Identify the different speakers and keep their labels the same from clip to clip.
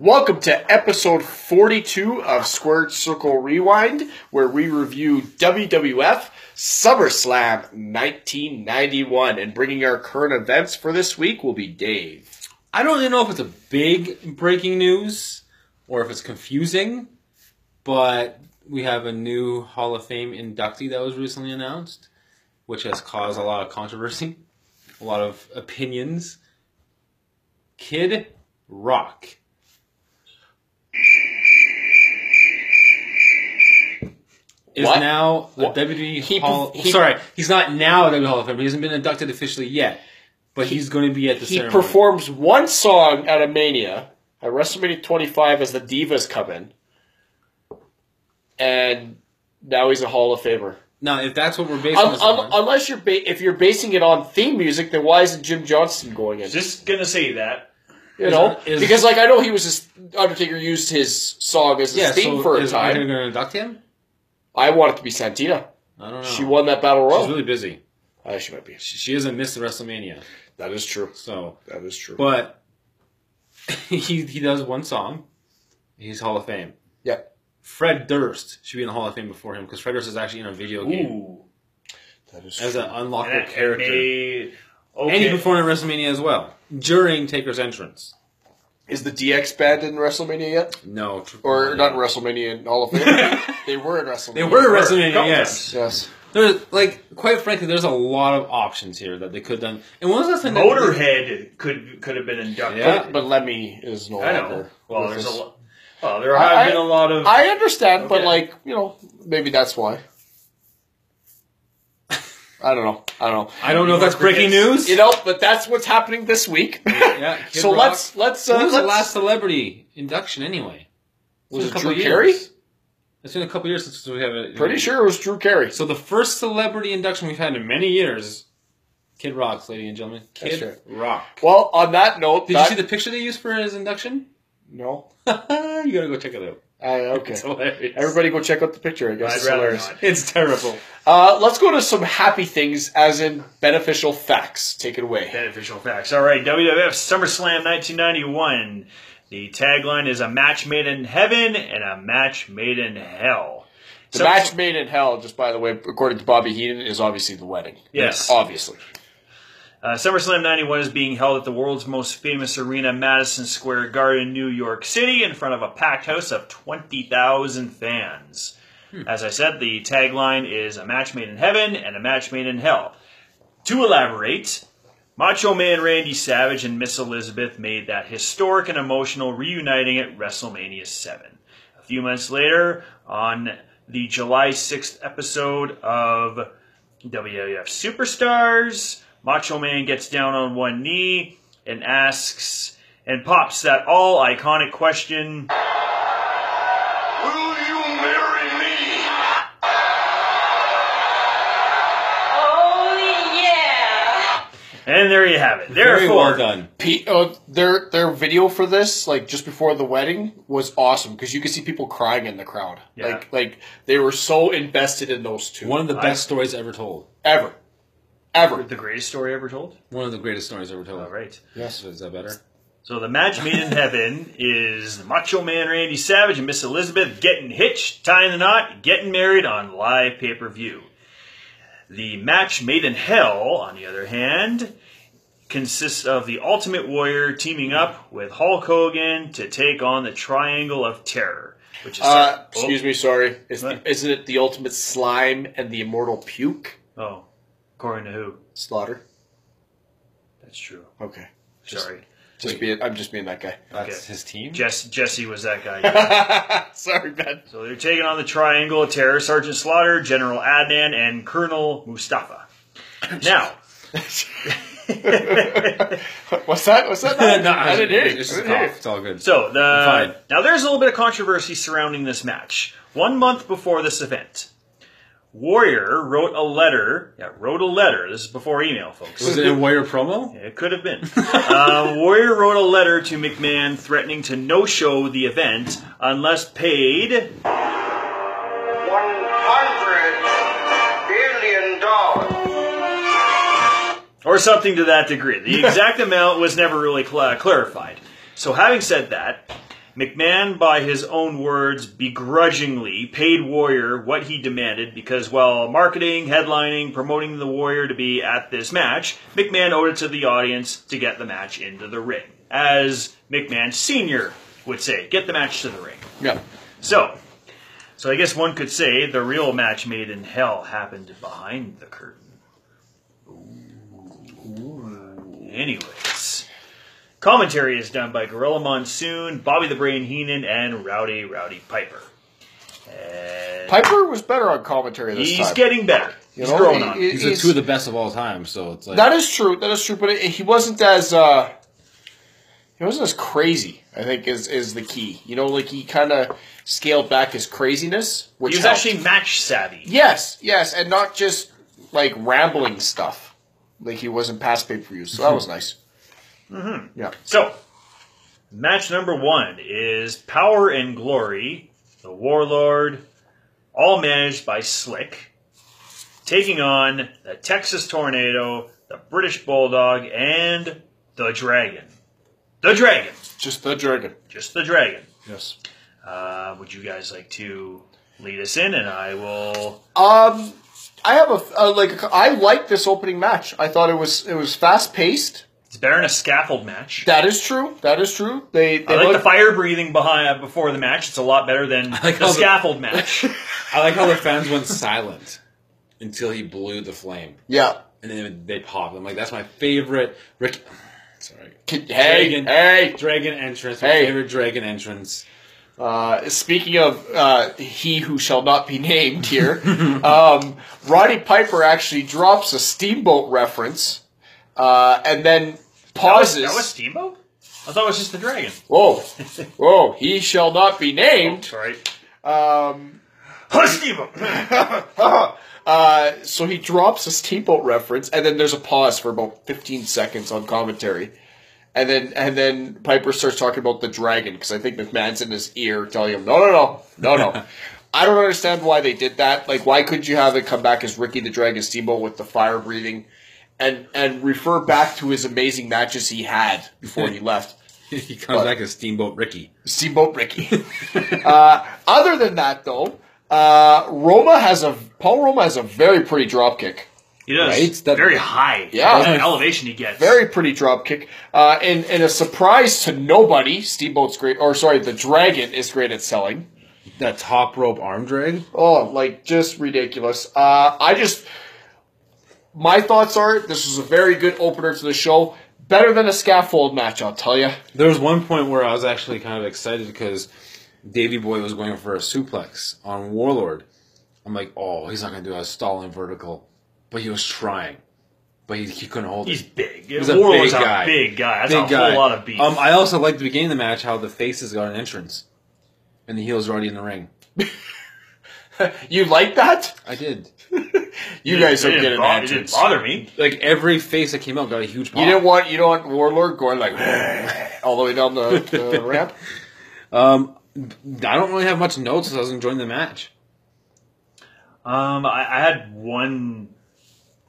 Speaker 1: Welcome to episode 42 of Squared Circle Rewind, where we review WWF SummerSlam 1991. And bringing our current events for this week will be Dave.
Speaker 2: I don't really know if it's a big breaking news or if it's confusing, but we have a new Hall of Fame inductee that was recently announced, which has caused a lot of controversy, a lot of opinions. Kid Rock. Is
Speaker 1: What?
Speaker 2: now a
Speaker 1: What?
Speaker 2: WWE
Speaker 1: He-
Speaker 2: E Hall.
Speaker 1: he-
Speaker 2: sorry, he's not now a WWE Hall of Fame. He hasn't been inducted officially yet, but he's going to be at the
Speaker 1: He
Speaker 2: ceremony.
Speaker 1: performs one song at a Mania, at WrestleMania 25 as the Divas come in, and now he's a Hall of Famer.
Speaker 2: now, if that's what we're basing
Speaker 1: Un-
Speaker 2: this
Speaker 1: un-
Speaker 2: on,
Speaker 1: Um, unless you're ba- if you're basing it on theme music, then why isn't Jim Johnston going in?
Speaker 3: Just gonna say that.
Speaker 1: You know,
Speaker 2: Is-
Speaker 1: because like I know he was his Undertaker used his song as his
Speaker 2: yeah,
Speaker 1: theme
Speaker 2: so
Speaker 1: for a
Speaker 2: is
Speaker 1: time.
Speaker 2: Undertaker going to induct him?
Speaker 1: I want it to be Santina.
Speaker 2: I don't know.
Speaker 1: She won that battle royal.
Speaker 2: Oh. She's really busy.
Speaker 1: Ah, she might be.
Speaker 2: She, she hasn't missed the WrestleMania,
Speaker 1: That is true.
Speaker 2: so
Speaker 1: That is true.
Speaker 2: But he he does one song. He's Hall of Fame.
Speaker 1: Yeah.
Speaker 2: Fred Durst should be in the Hall of Fame before him because Fred Durst is actually in a video game
Speaker 3: Ooh.
Speaker 1: that is
Speaker 2: as
Speaker 1: true.
Speaker 2: an unlockable
Speaker 3: That
Speaker 2: character,
Speaker 3: may-
Speaker 2: and he
Speaker 3: okay.
Speaker 2: performed at WrestleMania as well during Taker's entrance.
Speaker 1: is the DX band in WrestleMania yet,
Speaker 2: No, tr-
Speaker 1: or
Speaker 2: no.
Speaker 1: not WrestleMania in Hall of Fame? they were in WrestleMania.
Speaker 2: They were at WrestleMania,
Speaker 3: Couple
Speaker 2: yes.
Speaker 1: Yes.
Speaker 2: There's like, quite frankly, there's a lot of options here that they could have done. And when was the last time? that-
Speaker 3: Motorhead could could have been inducted.
Speaker 2: Yeah.
Speaker 1: But Lemmy is no
Speaker 3: I
Speaker 1: longer
Speaker 3: know. Well,
Speaker 1: with
Speaker 3: there's a
Speaker 1: us.
Speaker 3: lot. Well, there
Speaker 1: I-
Speaker 3: have been a lot of.
Speaker 1: I understand, but
Speaker 3: Okay.
Speaker 1: like you know, maybe that's why. I don't know. I don't know.
Speaker 2: I don't know if that's breaking
Speaker 3: Forgets-
Speaker 2: news.
Speaker 1: You know, but that's what's happening this week.
Speaker 2: yeah. Kid
Speaker 1: so
Speaker 2: Rock.
Speaker 1: let's let's uh,
Speaker 2: When was the
Speaker 1: let's,
Speaker 2: last celebrity induction anyway?
Speaker 1: Was
Speaker 2: It's
Speaker 1: it
Speaker 2: been a couple
Speaker 1: Drew
Speaker 2: of years.
Speaker 1: Carey?
Speaker 2: It's been a couple of years since we have it.
Speaker 1: pretty sure it was Drew Carey.
Speaker 2: So the first celebrity induction we've had in many years, Kid Rock, ladies and gentlemen. Kid
Speaker 1: right.
Speaker 2: Rock.
Speaker 1: Well, on that note,
Speaker 2: Did
Speaker 1: that-
Speaker 2: you see the picture they used for his induction?
Speaker 1: no?
Speaker 2: you gotta go check it out.
Speaker 1: Uh, okay.
Speaker 2: It's hilarious.
Speaker 1: Everybody go check out the picture. I guess
Speaker 3: I'd
Speaker 1: it's
Speaker 3: rather
Speaker 1: hilarious.
Speaker 3: not.
Speaker 2: It's terrible.
Speaker 1: Uh, let's go to some happy things, as in beneficial facts. Take it away.
Speaker 3: Beneficial facts. All right, WWF SummerSlam 1991. The tagline is a match made in heaven and a match made in hell.
Speaker 1: The match made in hell, just by the way, according to Bobby Heenan, is obviously the wedding.
Speaker 3: Yes.
Speaker 1: obviously.
Speaker 3: Uh, SummerSlam 91 is being held at the world's most famous arena, Madison Square Garden, New York City, in front of a packed house of 20,000 fans. As I said, the tagline is a match made in heaven and a match made in hell. To elaborate, Macho Man Randy Savage and Miss Elizabeth made that historic and emotional reuniting at WrestleMania 7. A few months later, on the July 6th episode of WWF Superstars, Macho Man gets down on one knee and asks and pops that all iconic question.
Speaker 4: Will you marry me?
Speaker 5: Oh yeah!
Speaker 3: And there you have it. Therefore,
Speaker 2: Very well done.
Speaker 1: P- uh, their their video for this, like just before the wedding, was awesome because you could see people crying in the crowd.
Speaker 3: Yeah.
Speaker 1: Like like they were so invested in those two
Speaker 2: One of the best stories ever told.
Speaker 1: ever, ever.
Speaker 3: the greatest story ever told.
Speaker 2: One of the greatest stories ever told.
Speaker 3: All right.
Speaker 2: Yes. Is that better?
Speaker 3: So the match made in heaven is Macho Man Randy Savage and Miss Elizabeth getting hitched, tying the knot, getting married on live pay per view. The match made in hell, on the other hand, consists of the Ultimate Warrior teaming up with Hulk Hogan to take on the Triangle of Terror, which is
Speaker 1: Uh, excuse me, sorry. It's the,
Speaker 3: What?
Speaker 1: isn't it the ultimate slime and the immortal puke
Speaker 3: Oh, according to who?
Speaker 1: slaughter?
Speaker 3: That's true.
Speaker 1: Okay,
Speaker 3: Sorry,
Speaker 1: just being I'm just being that guy.
Speaker 2: That's
Speaker 3: Okay.
Speaker 2: his team.
Speaker 3: Jess, Jesse was that guy.
Speaker 1: sorry, man.
Speaker 3: so they're taking on the Triangle of Terror: Sergeant Slaughter, General Adnan, and Colonel Mustafa. Now,
Speaker 1: What's that? What's that?
Speaker 2: No,
Speaker 1: I didn't hear. you.
Speaker 2: It's,
Speaker 1: I
Speaker 2: just a
Speaker 1: didn't hear
Speaker 2: cough.
Speaker 1: you.
Speaker 2: It's all good.
Speaker 3: So
Speaker 2: Fine.
Speaker 3: the now there's a little bit of controversy surrounding this match. One month before this event, Warrior wrote a letter. Yeah, wrote a letter. This is before email, folks.
Speaker 2: was it a Warrior promo?
Speaker 3: It could have been. uh, Warrior wrote a letter to McMahon threatening to no-show the event unless paid
Speaker 4: 100 billion dollars.
Speaker 3: or something to that degree. The exact amount was never really cla clarified. So, having said that, McMahon, by his own words, begrudgingly paid Warrior what he demanded because while marketing, headlining, promoting the Warrior to be at this match, McMahon owed it to the audience to get the match into the ring. As McMahon Sr. would say, get the match to the ring.
Speaker 1: Yeah.
Speaker 3: So, so I guess one could say the real match made in hell happened behind the curtain. Anyways, commentary is done by Gorilla Monsoon, Bobby the Brain Heenan, and Rowdy Rowdy Piper. And
Speaker 1: Piper was better on commentary this
Speaker 3: he's
Speaker 1: time.
Speaker 3: getting better.
Speaker 1: You
Speaker 3: he's
Speaker 1: know,
Speaker 3: growing
Speaker 1: he-
Speaker 3: on.
Speaker 1: he-
Speaker 2: These are two of the best of all time, so it's like
Speaker 1: That is true. That is true. But it, he wasn't as uh, he wasn't as crazy. I think is is the key. You know, like he kind of scaled back his craziness, which
Speaker 3: he was
Speaker 1: helped.
Speaker 3: actually match savvy.
Speaker 1: yes, yes, and not just like rambling stuff. Like he wasn't past pay per views, so that was nice. Mm-hmm. Yeah,
Speaker 3: So, match number one is Power and Glory, the Warlord, all managed by Slick, taking on the Texas Tornado, the British Bulldog, and the Dragon. The Dragon.
Speaker 1: just the dragon.
Speaker 3: Just the Dragon.
Speaker 1: Yes.
Speaker 3: Uh, would you guys like to lead us in? And I will.
Speaker 1: Um, I have a uh, like I like this opening match. I thought it was it was fast paced.
Speaker 3: It's better than a scaffold match.
Speaker 1: That is true. That is true. They they
Speaker 3: I like
Speaker 1: look-
Speaker 3: the fire breathing behind before the match. It's a lot better than
Speaker 2: like
Speaker 3: the
Speaker 2: how the-
Speaker 3: scaffold match.
Speaker 2: I like how the fans went silent until he blew the flame,
Speaker 1: yeah.
Speaker 2: and then they popped. I'm like, that's my favorite Rick. Sorry,
Speaker 1: Hey, hey,
Speaker 2: Dragon. dragon entrance. My
Speaker 1: Hey.
Speaker 2: favorite dragon entrance.
Speaker 1: Uh, speaking of uh, he who shall not be named here, um, Roddy Piper actually drops a steamboat reference uh, and then pauses.
Speaker 3: That was Steamboat? I thought it was just the dragon.
Speaker 1: whoa, whoa! He shall not be named.
Speaker 3: Sorry.
Speaker 1: Um,
Speaker 3: Steamboat!
Speaker 1: uh, so he drops a steamboat reference, and then there's a pause for about 15 seconds on commentary, and then and then Piper starts talking about the dragon because I think McMahon's in his ear telling him, no, no, no, no, no. I don't understand why they did that. Like, why could you have it come back as Ricky the Dragon Steamboat with the fire breathing, and and refer back to his amazing matches he had before he left?
Speaker 2: he comes back as Steamboat Ricky.
Speaker 1: Steamboat Ricky. uh, other than that, though, uh, Roma has a Paul Roma has a very pretty drop kick.
Speaker 3: He does.
Speaker 2: Right? That-
Speaker 3: very high.
Speaker 1: Yeah.
Speaker 3: The elevation he gets.
Speaker 1: Very pretty drop kick, uh, and and a surprise to nobody. Steamboat's great, or sorry, the Dragon is great at selling.
Speaker 2: That top rope arm drag.
Speaker 1: Oh, like just ridiculous. Uh, I just my thoughts are this was a very good opener to the show. Better than a scaffold match, I'll tell you.
Speaker 2: There was one point where I was actually kind of excited because Davy Boy was going for a suplex on Warlord. I'm like, oh, he's not gonna do a stalling vertical, but he was trying, but he, he couldn't hold
Speaker 3: He's
Speaker 2: it.
Speaker 3: big.
Speaker 2: He's a
Speaker 3: Warlord's
Speaker 2: big guy.
Speaker 3: a big guy. That's
Speaker 2: Big
Speaker 3: a whole
Speaker 2: guy.
Speaker 3: lot of beef.
Speaker 2: Um, I also liked the beginning of the match how the faces got an entrance, and the heels were already in the ring.
Speaker 1: You like that?
Speaker 2: I did.
Speaker 1: You
Speaker 3: It
Speaker 1: guys don't
Speaker 3: didn't- it
Speaker 1: get an
Speaker 3: didn't bo- It didn't
Speaker 1: entrance.
Speaker 3: bother me.
Speaker 2: Like every face that came out got a huge pop.
Speaker 1: You didn't want you don't want Warlord going like all the way down the, the ramp.
Speaker 2: I don't really have much notes because I was enjoying the match.
Speaker 3: Um, I, I had one.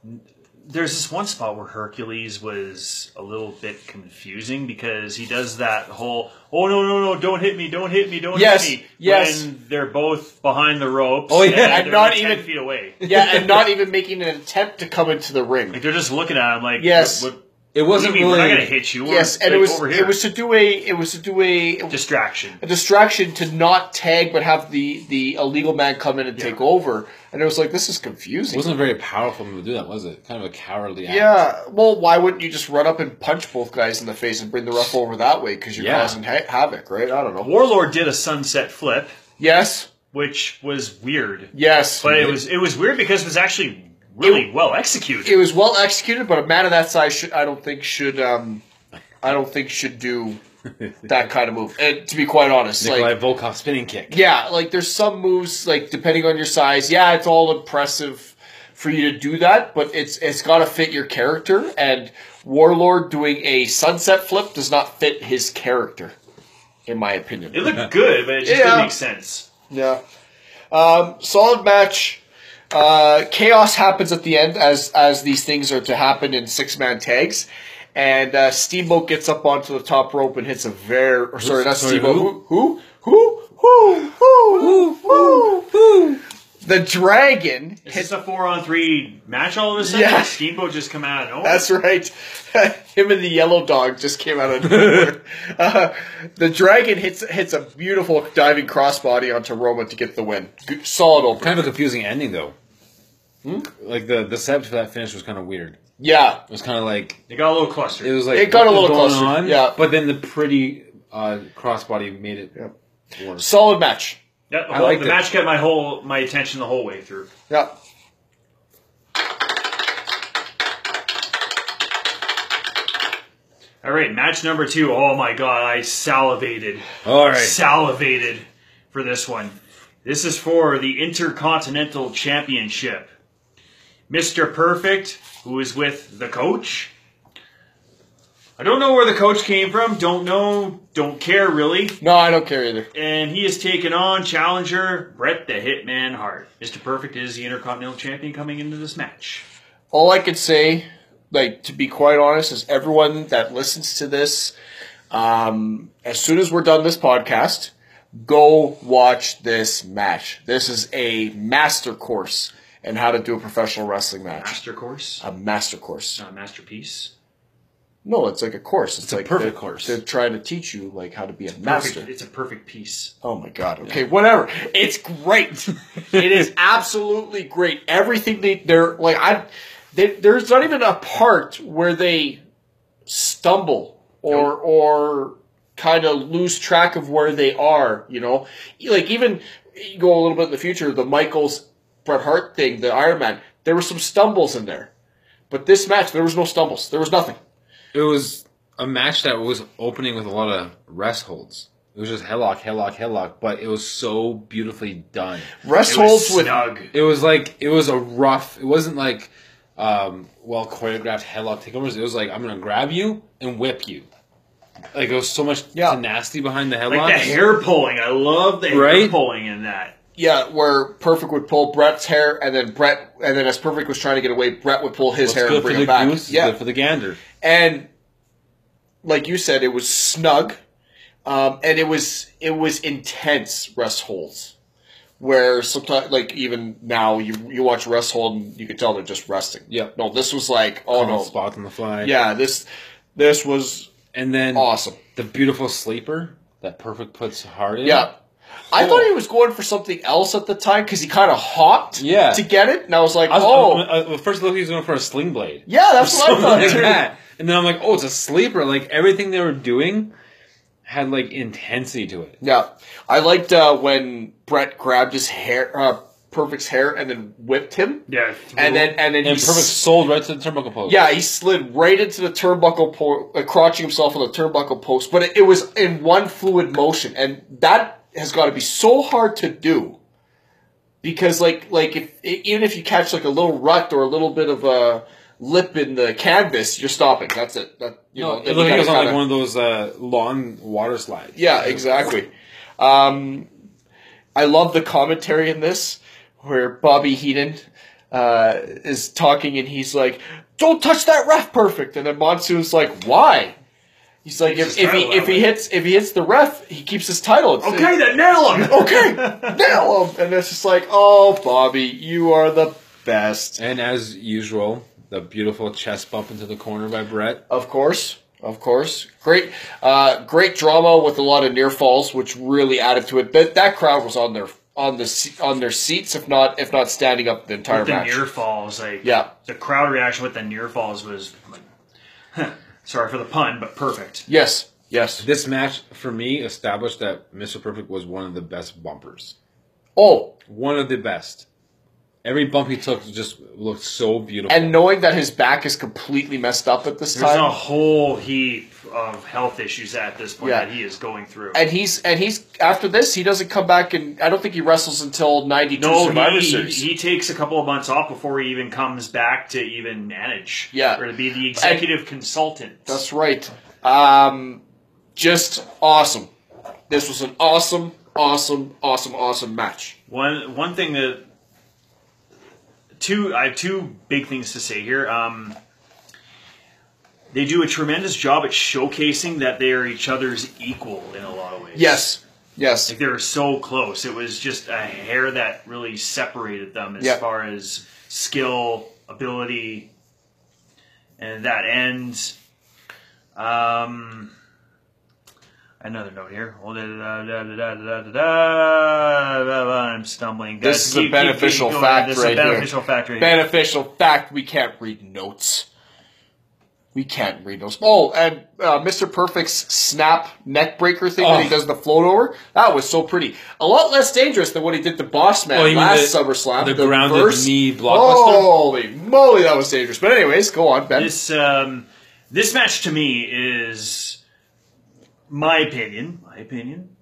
Speaker 3: There's this one spot where Hercules was a little bit confusing because he does that whole "Oh no no no! Don't hit me! Don't hit me! Don't
Speaker 1: Yes,
Speaker 3: hit me!"
Speaker 1: yes.
Speaker 3: When they're both behind the ropes.
Speaker 2: Oh, yeah,
Speaker 3: and
Speaker 1: I'm
Speaker 3: they're
Speaker 1: not
Speaker 3: like ten
Speaker 1: even-
Speaker 3: feet away.
Speaker 1: Yeah, and not even making an attempt to come into the
Speaker 3: Like
Speaker 1: ring.
Speaker 3: they're just looking at him like,
Speaker 1: Yes.
Speaker 3: what,
Speaker 2: It
Speaker 3: what, what do you
Speaker 2: wasn't
Speaker 3: mean?
Speaker 2: really.
Speaker 3: We're not gonna hit you. We're,
Speaker 1: Yes, and
Speaker 3: like,
Speaker 1: it was
Speaker 3: over here.
Speaker 1: it was to do a it was to do a,
Speaker 3: distraction.
Speaker 1: a distraction to not tag but have the the illegal man come in and take over. And it was like this is
Speaker 2: It
Speaker 1: confusing.
Speaker 2: wasn't very powerful move to do that, was it? Kind of a cowardly act.
Speaker 1: yeah, well, why wouldn't you just run up and punch both guys in the face and bring the ref over that way because you're
Speaker 2: Yeah.
Speaker 1: causing ha- havoc, right? I don't know.
Speaker 3: Warlord did a sunset flip,
Speaker 1: Yes,
Speaker 3: which was weird.
Speaker 1: yes,
Speaker 3: But it was it was weird because it was actually really well executed.
Speaker 1: it was well executed, but a man of that size, should, I don't think should. Um, I don't think should do that kind of move. And to be quite honest,
Speaker 2: Nikolai
Speaker 1: like
Speaker 2: Volkov spinning kick.
Speaker 1: yeah, like there's some moves like depending on your size, yeah, it's all impressive for you to do that, but it's it's got to fit your character. And Warlord doing a sunset flip does not fit his character, in my opinion.
Speaker 3: It looked good, but it just
Speaker 1: Yeah.
Speaker 3: didn't make sense.
Speaker 1: Yeah. Um, solid match. Uh, chaos happens at the end as as these things are to happen in six man tags. and uh, Steamboat gets up onto the top rope and hits a very or sorry, not
Speaker 2: Sorry,
Speaker 1: Steamboat. Who? Who? Who? Who? Who? Who? Who? The dragon
Speaker 3: Is this a four on three match all of a sudden?
Speaker 1: Yeah.
Speaker 3: Did Steamboat just come out of nowhere?
Speaker 1: That's right. Him and the yellow dog just came out of nowhere. uh, the dragon hits hits a beautiful diving crossbody onto Roma to get the win. Good, solid open.
Speaker 2: Kind of a confusing ending though.
Speaker 1: Hmm?
Speaker 2: Like the the setup for that finish was kind of weird.
Speaker 1: Yeah,
Speaker 2: It was kind of like
Speaker 3: they got a little clustered.
Speaker 2: it was like
Speaker 1: It got a
Speaker 2: what is
Speaker 1: little
Speaker 2: going
Speaker 1: clustered,
Speaker 2: on?
Speaker 1: yeah.
Speaker 2: But then the pretty uh, crossbody made it
Speaker 1: Yep.
Speaker 2: worse.
Speaker 1: solid match.
Speaker 3: Yeah, the
Speaker 2: I
Speaker 3: whole-
Speaker 2: liked
Speaker 3: the
Speaker 2: it.
Speaker 3: match kept my whole my attention the whole way through.
Speaker 1: Yeah.
Speaker 3: All right, match number two. Oh my god, I salivated,
Speaker 2: All right.
Speaker 3: salivated for this one. This is for the Intercontinental Championship. Mr. Perfect, who is with the coach. I don't know where the coach came from. Don't know. Don't care really.
Speaker 1: No, I don't care either.
Speaker 3: and he is taking on challenger Brett the Hitman Hart. Mr. Perfect is the Intercontinental Champion coming into this match.
Speaker 1: All I could say, like to be quite honest, is everyone that listens to this, um, as soon as we're done this podcast, go watch this match. This is a master course in how to do a professional wrestling match.
Speaker 3: Master course,
Speaker 1: A master course.
Speaker 3: not masterpiece.
Speaker 1: No, it's like a course. It's,
Speaker 2: a
Speaker 1: like
Speaker 2: perfect
Speaker 1: they're,
Speaker 2: course.
Speaker 1: They're trying to teach you like how to be a
Speaker 3: Perfect.
Speaker 1: master.
Speaker 3: It's a perfect piece.
Speaker 1: Oh my god. Okay, whatever. It's great. it is absolutely great. Everything they they're like I they, there's not even a part where they stumble or or kind of lose track of where they are, you know? Like even you go a little bit in the future, the Michaels Bret Hart thing, the Iron Man, there were some stumbles in there. But this match, there was no stumbles. There was nothing.
Speaker 2: It was a match that was opening with a lot of rest holds. It was just headlock, headlock, headlock, but it was so beautifully done.
Speaker 1: Rest
Speaker 3: It was
Speaker 1: holds with
Speaker 3: snug.
Speaker 2: It was like it was a rough. It wasn't like um, well choreographed headlock takeovers. It was like I'm gonna grab you and whip you. Like there was so much
Speaker 1: Yeah.
Speaker 2: tenacity behind the headlock.
Speaker 3: Like the hair pulling. I love the hair
Speaker 2: Right?
Speaker 3: pulling in that.
Speaker 1: Yeah, where Perfect would pull Brett's hair, and then Brett, and then as Perfect was trying to get away, Brett would pull his
Speaker 2: What's
Speaker 1: hair and
Speaker 2: good for
Speaker 1: bring
Speaker 2: the
Speaker 1: it back.
Speaker 2: goose is
Speaker 1: yeah,
Speaker 2: good for the gander.
Speaker 1: and like you said, it was snug, um, and it was it was intense rest holds, where sometimes like even now you you watch rest hold and you can tell they're just resting.
Speaker 2: Yeah.
Speaker 1: no, this was like oh
Speaker 2: Oh,
Speaker 1: no,
Speaker 2: spot on the fly.
Speaker 1: yeah this this was
Speaker 2: and then
Speaker 1: awesome.
Speaker 2: the beautiful sleeper that perfect puts hard in.
Speaker 1: Yeah. I
Speaker 2: Cool.
Speaker 1: thought he was going for something else at the time because he kind of hopped
Speaker 2: Yeah.
Speaker 1: to get it, and I was like,
Speaker 2: I was,
Speaker 1: "Oh,
Speaker 2: I, I- first look, he was going for a sling blade.
Speaker 1: yeah, that's what I
Speaker 2: Something
Speaker 1: thought
Speaker 2: like
Speaker 1: too."
Speaker 2: that. And then I'm like, oh, it's a sleeper. Like everything they were doing had like intensity to it.
Speaker 1: Yeah, I liked uh, when Brett grabbed his hair, uh, Perfect's hair, and then whipped him,
Speaker 3: Yeah.
Speaker 1: and then and then
Speaker 2: And
Speaker 1: he
Speaker 2: perfect
Speaker 1: s-
Speaker 2: sold right to the turnbuckle post.
Speaker 1: yeah, he slid right into the turnbuckle, po- uh, crotching himself on the turnbuckle post. But it, it was in one fluid motion, and that has got to be so hard to do because, like, like if e- even if you catch like a little rut or a little bit of a lip in the canvas, you're stopping. That's it. That you
Speaker 2: No,
Speaker 1: know,
Speaker 2: it
Speaker 1: then
Speaker 2: looked
Speaker 1: you
Speaker 2: like it was
Speaker 1: gotta
Speaker 2: on like
Speaker 1: kinda-
Speaker 2: one of those uh, long water slides.
Speaker 1: Yeah, exactly. Um, I love the commentary in this where Bobby Heenan uh, is talking and he's like, "Don't touch that ref, perfect." And then Monsoon's like, "Why?" He's like,
Speaker 3: Keeps
Speaker 1: "If, if
Speaker 3: his
Speaker 1: he
Speaker 3: title that
Speaker 1: if he
Speaker 3: way."
Speaker 1: hits if he hits the ref, he keeps his title." It's-
Speaker 3: okay, then nail him.
Speaker 1: okay, nail him. And it's just like, "Oh, Bobby, you are the best."
Speaker 2: And as usual, the beautiful chest bump into the corner by Brett.
Speaker 1: Of course. Of course, great, uh, great drama with a lot of near falls, which really added to it. That that crowd was on their on the se- on their seats, if not if not standing up the entire
Speaker 3: With the
Speaker 1: match.
Speaker 3: near falls, like
Speaker 1: Yeah.
Speaker 3: the crowd reaction with the near falls was like, sorry for the pun, but perfect.
Speaker 1: yes, yes.
Speaker 2: This match for me established that Mr. Perfect was one of the best bumpers.
Speaker 1: Oh,
Speaker 2: One of the best. Every bump he took just looked so beautiful.
Speaker 1: and knowing that his back is completely messed up at this
Speaker 3: There's
Speaker 1: time,
Speaker 3: a whole heap of health issues at this point
Speaker 1: Yeah.
Speaker 3: that he is going through.
Speaker 1: and he's and he's after this, he doesn't come back, and I don't think he wrestles until ninety two
Speaker 3: No,
Speaker 1: Survivor
Speaker 3: he,
Speaker 1: Series.
Speaker 3: he takes a couple of months off before he even comes back to even manage.
Speaker 1: Yeah.
Speaker 3: Or to be the executive consultant.
Speaker 1: That's right. Um, just awesome. This was an awesome, awesome, awesome, awesome match.
Speaker 3: one one thing that two I have two big things to say here. Um They do a tremendous job at showcasing that they are each other's equal in a lot of ways.
Speaker 1: Yes. Yes.
Speaker 3: Like they were so close. It was just a hair that really separated them as
Speaker 1: Yeah.
Speaker 3: far as skill, ability, and that ends. Um, another note here. Oh, da- da- da- da- da- da- da- da- da- da- da- I'm stumbling.
Speaker 1: This
Speaker 3: Guys,
Speaker 1: is a
Speaker 3: keep- keep-
Speaker 1: beneficial
Speaker 3: keep going.
Speaker 1: fact
Speaker 3: This is
Speaker 1: right
Speaker 3: a
Speaker 1: here.
Speaker 3: beneficial fact right here.
Speaker 1: Beneficial fact: we can't read notes. We can't read those. Oh, and uh, Mr. Perfect's snap neck breaker thing that he
Speaker 2: Oh.
Speaker 1: does the float over, that was so pretty. A lot less dangerous than what he did to Boss Man
Speaker 2: Oh, you mean
Speaker 1: last
Speaker 2: the-
Speaker 1: SummerSlam. Oh,
Speaker 2: the grounded knee blockbuster?
Speaker 1: Holy moly, that was dangerous. But anyways, go on, Ben.
Speaker 3: This um, this match to me is my opinion. My opinion.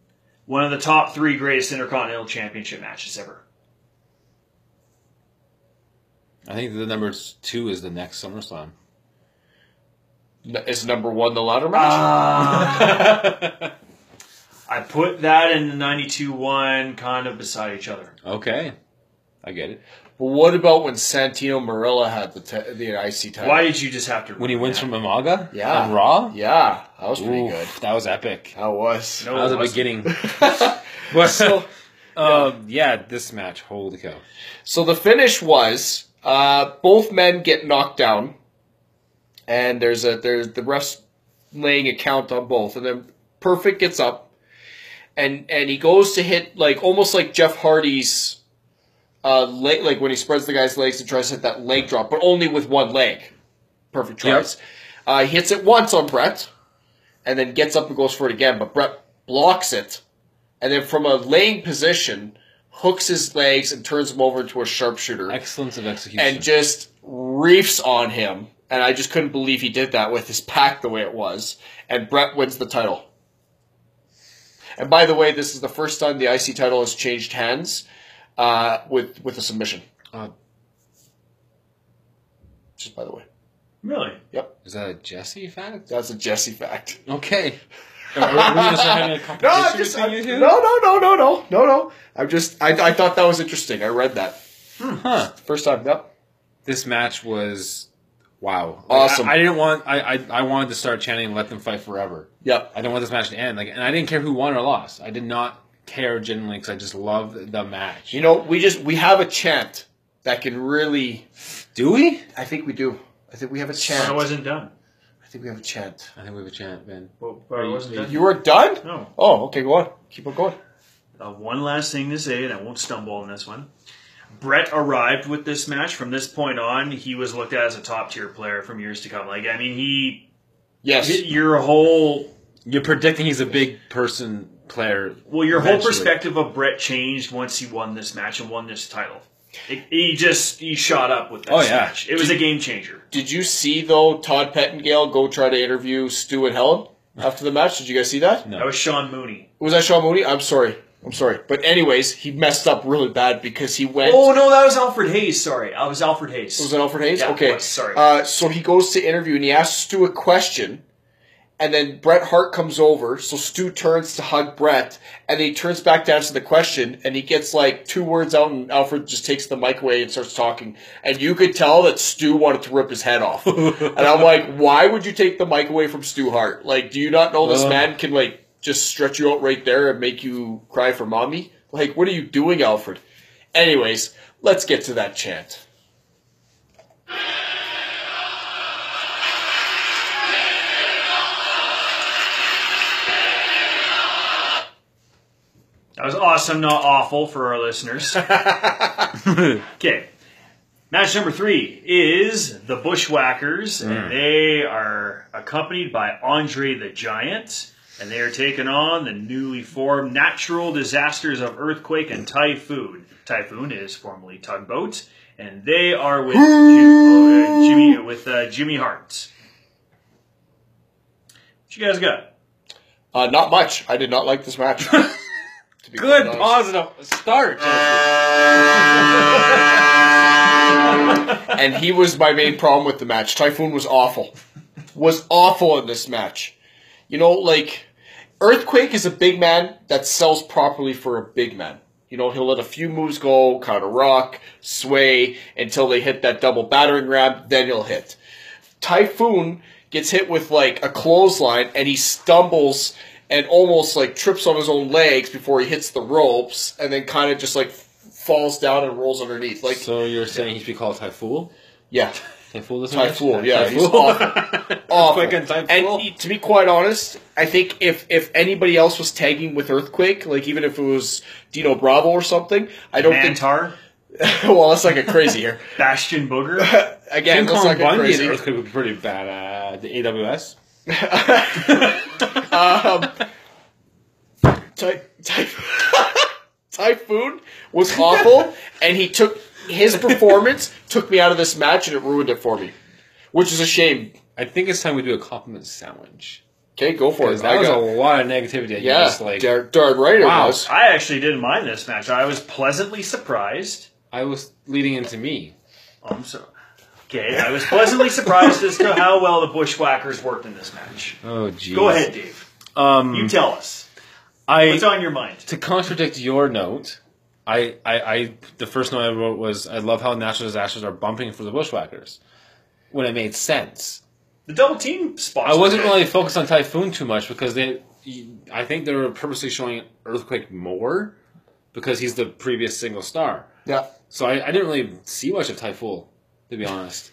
Speaker 3: One of the top three greatest intercontinental championship matches ever.
Speaker 2: I think the number two is the next SummerSlam.
Speaker 1: N- is number one the ladder match?
Speaker 2: Uh,
Speaker 3: Ah. I put that and the 92 1 kind of beside each other.
Speaker 2: Okay, I get it.
Speaker 1: but what about when Santino Marella had the t- the IC title?
Speaker 3: Why did you just have to.
Speaker 2: When he wins
Speaker 3: that?
Speaker 2: from Amaga,
Speaker 1: Yeah.
Speaker 2: on Raw,
Speaker 1: Yeah, that was pretty
Speaker 2: Ooh,
Speaker 1: good.
Speaker 2: That was epic.
Speaker 1: That was.
Speaker 3: No,
Speaker 2: That was
Speaker 3: it
Speaker 2: a
Speaker 3: wasn't.
Speaker 2: beginning. but so, um, yeah, this match, holy cow!
Speaker 1: So the finish was uh, both men get knocked down, and there's a there's the refs laying a count on both, and then Perfect gets up, and and he goes to hit like almost like Jeff Hardy's. Uh, leg, like when he spreads the guy's legs and tries to hit that leg drop, but only with one leg. Perfect tries. Uh, he hits it once on Brett, and then gets up and goes for it again, but Brett blocks it, and then from a laying position, hooks his legs and turns him over into a sharpshooter
Speaker 2: Excellence of execution.
Speaker 1: and just reefs on him. And I just couldn't believe he did that with his pack the way it was. And Brett wins the title. And by the way, this is the first time the IC title has changed hands uh, with with a submission.
Speaker 2: Uh,
Speaker 1: Just by the way,
Speaker 3: Really?
Speaker 2: is that a Jesse fact?
Speaker 1: that's a Jesse fact.
Speaker 2: Okay. Are we gonna start having
Speaker 1: No,
Speaker 2: a competition
Speaker 1: I'm just
Speaker 2: between
Speaker 1: I'm-
Speaker 2: you
Speaker 1: no,
Speaker 2: two?
Speaker 1: no, no, no, no, no, no. I'm just I, I thought that was interesting. I read that
Speaker 2: Huh.
Speaker 1: first time. Yep.
Speaker 2: This match was wow. Like,
Speaker 1: Awesome.
Speaker 2: I, I didn't want. I, I I wanted to start chanting "Let them fight forever."
Speaker 1: Yep.
Speaker 2: I don't want this match to end. Like, and I didn't care who won or lost. I did not care genuinely because I just loved the match.
Speaker 1: You know, we just we have a chant that can really.
Speaker 2: Do we?
Speaker 1: I think we do. I think we have a
Speaker 3: I
Speaker 1: chant.
Speaker 3: wasn't done.
Speaker 1: I think we have a chant.
Speaker 2: I think we have a chant, Ben.
Speaker 3: Well, I wasn't done.
Speaker 1: You are done.
Speaker 3: no.
Speaker 1: Oh, okay. Go on. Keep on going.
Speaker 3: Uh, one last thing to say, and I won't stumble on this one. Brett arrived with this match. From this point on, he was looked at as a top tier player from years to come. Like, I mean, he.
Speaker 1: Yes.
Speaker 3: Your whole
Speaker 2: You're predicting he's a big person player.
Speaker 3: Well, your whole
Speaker 2: eventually.
Speaker 3: perspective of Brett changed once he won this match and won this title. It, he just he shot up with that
Speaker 2: Oh, yeah.
Speaker 3: match. It was a game changer.
Speaker 1: Did you see though Todd Pettingale go try to interview Stu and Helen after the match? Did you guys see that?
Speaker 3: That was Sean Mooney.
Speaker 1: Was that Sean Mooney? I'm sorry. I'm sorry. But anyways, he messed up really bad because he went.
Speaker 3: Oh no, that was Alfred Hayes. Sorry, I was Alfred Hayes.
Speaker 1: Was it Alfred Hayes?
Speaker 3: Yeah, it
Speaker 1: okay.
Speaker 3: was. Sorry.
Speaker 1: Uh, so he goes to interview and he asks Stu a question, and then Bret Hart comes over. So Stu turns to hug Bret, and then he turns back to answer the question, and he gets like two words out, and Alfred just takes the mic away and starts talking. And you could tell that Stu wanted to rip his head off. and I'm like, why would you take the mic away from Stu Hart? Like, do you not know this
Speaker 3: Uh.
Speaker 2: Ugh.
Speaker 1: man can like just stretch you out right there and make you cry for mommy? Like, what are you doing, Alfred? Anyways, let's get to that chant.
Speaker 3: That was awesome, not awful for our listeners. okay. Match number three is the Bushwhackers, and they are accompanied by Andre the Giant, and they are taking on the newly formed Natural Disasters of Earthquake and Typhoon. Typhoon is formerly Tugboat, and they are with Jim, oh, uh, Jimmy with uh, Jimmy Hart. What you guys got?
Speaker 1: Uh, not much. I did not like this match. To be
Speaker 2: Good
Speaker 1: quite honest.
Speaker 2: positive start. Uh,
Speaker 1: And he was my main problem with the match. Typhoon was awful. Was awful in this match. You know, like, Earthquake is a big man that sells properly for a big man. You know, he'll let a few moves go, kind of rock, sway, until they hit that double battering ram, then he'll hit. Typhoon, gets hit with like a clothesline, and he stumbles and almost like trips on his own legs before he hits the ropes, and then kind of just like falls down and rolls underneath. Like,
Speaker 2: So you're saying he should be called Typhool?
Speaker 1: yeah.
Speaker 2: Typhool is
Speaker 1: Typhool, yeah, he's awful. awful.
Speaker 2: Earthquake and Typhool.
Speaker 1: And he- to be quite honest, I think if if anybody else was tagging with Earthquake, like even if it was Dino Bravo or something, I don't think.
Speaker 3: Mantar,
Speaker 1: well, that's like a crazy here.
Speaker 3: Bastion Booger.
Speaker 1: Again, that's like a
Speaker 2: Bundy
Speaker 1: crazy.
Speaker 2: and Earthquake would be pretty bad. Uh, the AWS.
Speaker 1: Ty- ty- Typhoon was awful, and he took his performance took me out of this match, and it ruined it for me, which is a shame.
Speaker 2: I think it's time we do a compliment sandwich.
Speaker 1: Okay, go for it.
Speaker 2: Because that
Speaker 1: I
Speaker 2: was a
Speaker 1: got-
Speaker 2: lot of negativity. That
Speaker 1: yeah,
Speaker 2: you just, like
Speaker 1: dar- darn right
Speaker 2: Wow.
Speaker 1: it was.
Speaker 3: I actually didn't mind this match. I was pleasantly surprised.
Speaker 2: I was leading into me.
Speaker 3: Oh, I'm so okay. I was pleasantly surprised as to how well the Bushwhackers worked in this match.
Speaker 2: Oh, geez.
Speaker 3: Go ahead, Dave.
Speaker 2: Um,
Speaker 3: You tell us
Speaker 2: I
Speaker 3: what's on your mind.
Speaker 2: to contradict your note. I, I, I, the first note I wrote was, I love how natural disasters are bumping for the bushwhackers. When it made sense.
Speaker 3: The double team spots.
Speaker 2: I wasn't
Speaker 3: were good.
Speaker 2: really focused on Typhoon too much because they, I think they were purposely showing Earthquake more because he's the previous single star.
Speaker 1: Yeah,
Speaker 2: So I, I didn't really see much of Typhoon, to be honest.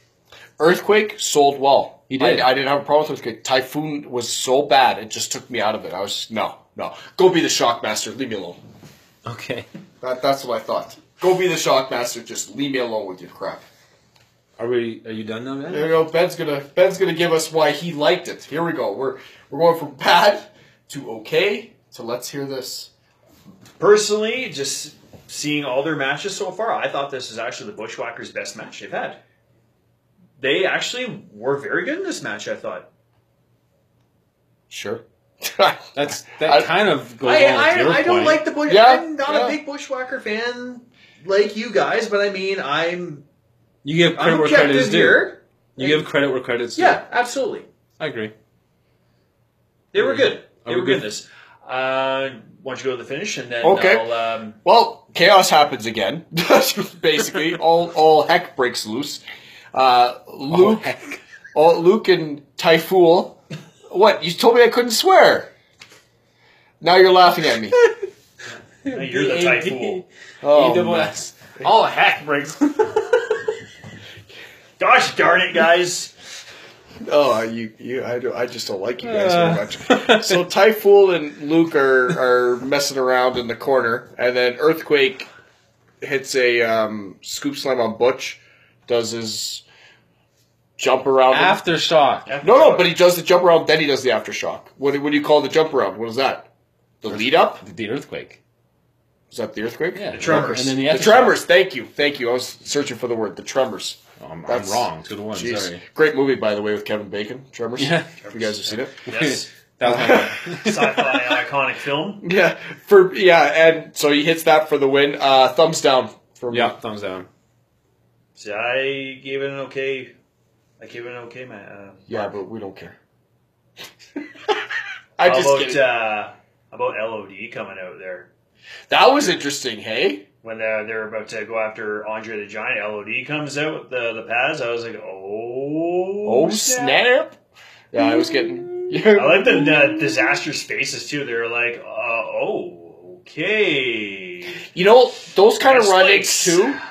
Speaker 1: Earthquake sold well.
Speaker 2: He did.
Speaker 1: I, I didn't have a problem with Earthquake. Typhoon was so bad it just took me out of it. I was just, no, no. Go be the Shockmaster. Leave me alone.
Speaker 2: Okay.
Speaker 1: That, that's what I thought. Go be the Shockmaster. Just leave me alone with your crap.
Speaker 2: Are we? Are you done now, man?
Speaker 1: There you go. Ben's gonna Ben's gonna give us why he liked it. Here we go. We're we're going from bad to okay to let's hear this.
Speaker 3: personally just seeing all their matches so far. I thought this is actually the Bushwhackers' best match they've had. They actually were very good in this match. I thought.
Speaker 2: Sure.
Speaker 1: yeah,
Speaker 2: That's that
Speaker 1: I-
Speaker 2: kind of goes
Speaker 3: I,
Speaker 2: along with your
Speaker 3: I, I don't
Speaker 2: point.
Speaker 3: like the bush.
Speaker 1: Yeah,
Speaker 3: I'm not
Speaker 1: yeah.
Speaker 3: a big Bushwhacker fan like you guys, but I mean, I'm
Speaker 2: You give
Speaker 3: I'm
Speaker 2: credit where credit is
Speaker 3: objective
Speaker 2: due.
Speaker 3: here.
Speaker 2: You give credit where credit's due.
Speaker 3: Yeah, absolutely.
Speaker 2: I agree.
Speaker 3: They were good.
Speaker 2: Are
Speaker 3: They
Speaker 2: we
Speaker 3: were good.
Speaker 2: good?
Speaker 3: in This. Uh, why don't you go to the finish and then
Speaker 1: Okay.
Speaker 3: I'll, um,
Speaker 1: Well, chaos happens again. Basically, all all heck breaks loose. Uh, Luke, all Luke and Typhoon. What you told me I couldn't swear. Now you're laughing at me.
Speaker 3: you're the typhoon.
Speaker 1: Oh,
Speaker 2: double
Speaker 1: man.
Speaker 2: S. All Oh, heck breaks.
Speaker 3: Gosh darn it, guys!
Speaker 1: Oh, you, you I, don't, I just don't like you guys very much. so Typhoon and Luke are, are messing around in the corner, and then Earthquake hits a um, scoop slam on Butch, does his jump around. him.
Speaker 2: Aftershock.
Speaker 1: no, no, but he does the jump around, then he does the aftershock. What, do- what do you call the jump around? What is that? The lead up?
Speaker 2: The earthquake.
Speaker 1: Is that the earthquake?
Speaker 2: Yeah. The
Speaker 3: tremors.
Speaker 2: And then the,
Speaker 1: The
Speaker 2: aftershock.
Speaker 1: tremors. Thank you, thank you. I was searching for the word. The tremors.
Speaker 2: Oh, I'm, I'm
Speaker 1: That's-
Speaker 2: wrong. Two to one.
Speaker 1: Jeez.
Speaker 2: Sorry.
Speaker 1: Great movie, by the way, with Kevin Bacon. Tremors.
Speaker 2: Yeah.
Speaker 1: If you guys have seen it.
Speaker 3: Yes.
Speaker 2: that was my
Speaker 3: Sci-fi iconic film.
Speaker 1: Yeah, for yeah, and so he hits that for the win. Uh, thumbs down for me.
Speaker 2: yeah. Thumbs down.
Speaker 3: See, I gave it an okay. I gave it an okay, man. Uh,
Speaker 1: yeah, but we don't care. I
Speaker 3: how
Speaker 1: just
Speaker 3: about
Speaker 1: kidding.
Speaker 3: uh, how about LOD coming out there
Speaker 1: that was interesting. Hey,
Speaker 3: when uh, they're about to go after Andre the Giant? LOD comes out with the the pads. I was like, oh,
Speaker 1: oh snap! Yeah, I was getting. Yeah,
Speaker 3: I like the, the disastrous faces too. They're like, uh, oh, okay.
Speaker 1: you know those kind of
Speaker 3: Nice
Speaker 1: run-ins
Speaker 3: legs.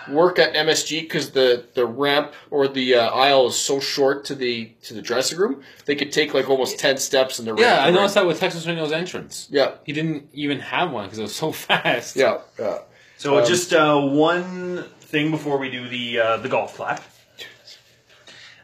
Speaker 1: too work at MSG because the the ramp or the uh, aisle is so short to the to the dressing room. They could take like almost ten steps in the ramp.
Speaker 2: Yeah, I
Speaker 1: to
Speaker 2: noticed
Speaker 1: ramp.
Speaker 2: that with Texas Reno's entrance.
Speaker 1: Yeah,
Speaker 2: He didn't even have one because it was so fast.
Speaker 1: yeah, yeah.
Speaker 3: So
Speaker 1: Um,
Speaker 3: just uh, one thing before we do the uh, the golf clap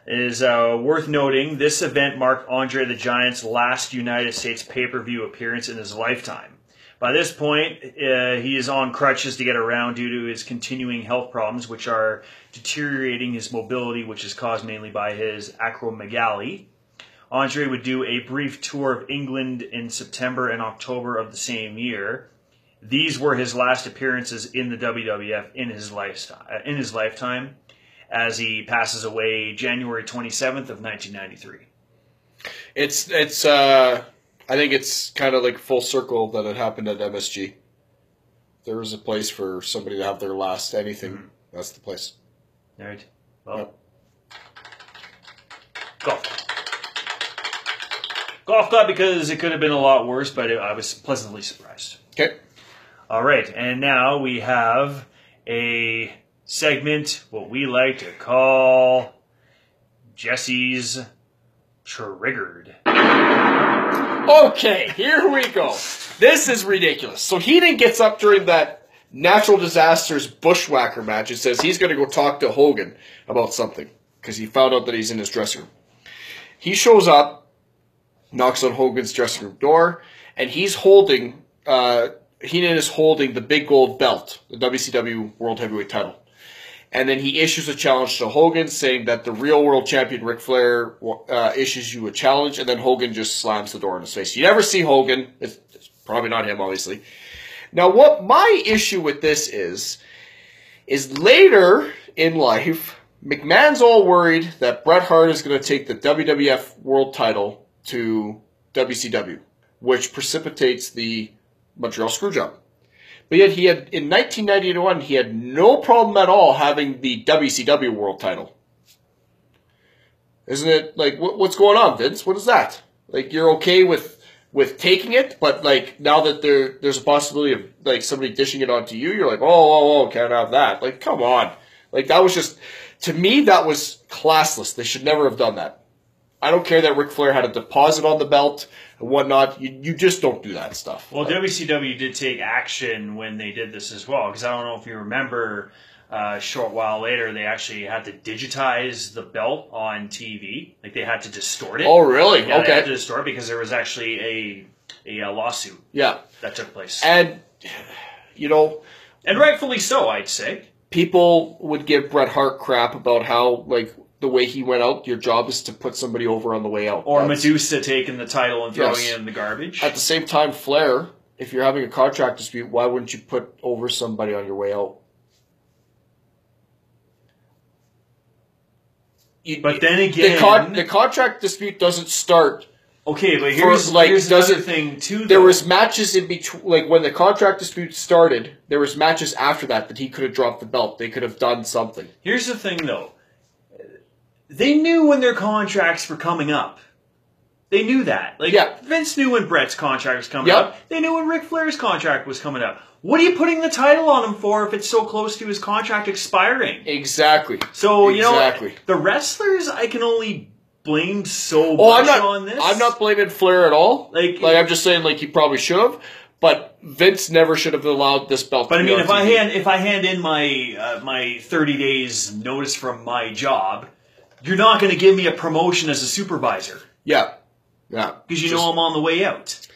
Speaker 3: is uh, worth noting. This event marked Andre the Giant's last United States pay per view appearance in his lifetime. By this point, uh, he is on crutches to get around due to his continuing health problems, which are deteriorating his mobility, which is caused mainly by his acromegaly. Andre would do a brief tour of England in September and October of the same year these were his last appearances in the WWF in his lifetime. In his lifetime, as he passes away January twenty seventh of nineteen ninety three.
Speaker 1: It's it's. uh I think it's kind of like full circle that it happened at MSG. There was a place for somebody to have their last anything. That's the place.
Speaker 3: All right. Well, golf. golf club because it could have been a lot worse, but it, I was pleasantly surprised.
Speaker 1: Okay.
Speaker 3: All right, and now we have a segment what we like to call Jesse's Triggered.
Speaker 1: Okay, here we go. This is ridiculous. So Heenan gets up during that natural disasters bushwhacker match and says he's going to go talk to Hogan about something because he found out that he's in his dressing room. He shows up, knocks on Hogan's dressing room door, and he's holding, uh, Heenan is holding the big gold belt, the WCW World Heavyweight title. And then he issues a challenge to Hogan, saying that the real world champion Ric Flair uh, issues you a challenge, and then Hogan just slams the door in his face. You never see Hogan. It's, it's probably not him, obviously. Now, what my issue with this is, is later in life, McMahon's all worried that Bret Hart is going to take the WWF world title to WCW, which precipitates the Montreal Screwjob. But yet he had in 1991 he had no problem at all having the WCW World Title. Isn't it like what, what's going on, Vince? What is that? Like you're okay with with taking it, but like now that there there's a possibility of like somebody dishing it onto you, you're like, oh, oh, oh, can't have that. Like come on, like that was just to me that was classless. They should never have done that. I don't care that Ric Flair had a deposit on the belt and whatnot. You, you just don't do that stuff.
Speaker 3: Well, WCW did take action when they did this as well, because I don't know if you remember. Uh, a short while later, they actually had to digitize the belt on TV. Like they had to distort it.
Speaker 1: oh, really?
Speaker 3: Yeah, they
Speaker 1: okay.
Speaker 3: had to distort it because there was actually a a, uh lawsuit
Speaker 1: Yeah.
Speaker 3: that took place, and,
Speaker 1: And, you know,
Speaker 3: rightfully so, I'd say.
Speaker 1: people would give Bret Hart crap about how, like, the way he went out, your job is to put somebody over on the way out.
Speaker 3: Or
Speaker 1: That's-
Speaker 3: Medusa taking the title and throwing
Speaker 1: Yes.
Speaker 3: it in the garbage.
Speaker 1: At the same time, Flair, if you're having a contract dispute, why wouldn't you put over somebody on your way out? You-
Speaker 3: But then
Speaker 1: the,
Speaker 3: again,
Speaker 1: con- the contract dispute doesn't start
Speaker 3: okay, but here's
Speaker 1: like,
Speaker 3: here's
Speaker 1: does
Speaker 3: another
Speaker 1: it-
Speaker 3: thing too.
Speaker 1: there
Speaker 3: though.
Speaker 1: was matches in between like when the contract dispute started there was matches after that that he could have dropped the belt they could have done something
Speaker 3: Here's the thing, though. They knew when their contracts were coming up. They knew that. Like
Speaker 1: Yeah.
Speaker 3: Vince knew when Brett's contract was coming
Speaker 1: Yep.
Speaker 3: up. They knew when Ric Flair's contract was coming up. What are you putting the title on him for if it's so close to his contract expiring?
Speaker 1: exactly
Speaker 3: So you
Speaker 1: E- Exactly.
Speaker 3: know the wrestlers I can only blame so
Speaker 1: oh i'm
Speaker 3: much
Speaker 1: not
Speaker 3: on this.
Speaker 1: i'm not blaming flair at all
Speaker 3: Like-
Speaker 1: like i'm just saying like he probably should have but vince never should have allowed this belt
Speaker 3: But
Speaker 1: to
Speaker 3: I
Speaker 1: be
Speaker 3: mean,
Speaker 1: on
Speaker 3: if I
Speaker 1: TV.
Speaker 3: hand if I hand in my uh, my thirty days notice from my job, you're not going to give me a promotion as a supervisor
Speaker 1: yeah yeah
Speaker 3: because you
Speaker 1: Just-
Speaker 3: know I'm on the way out.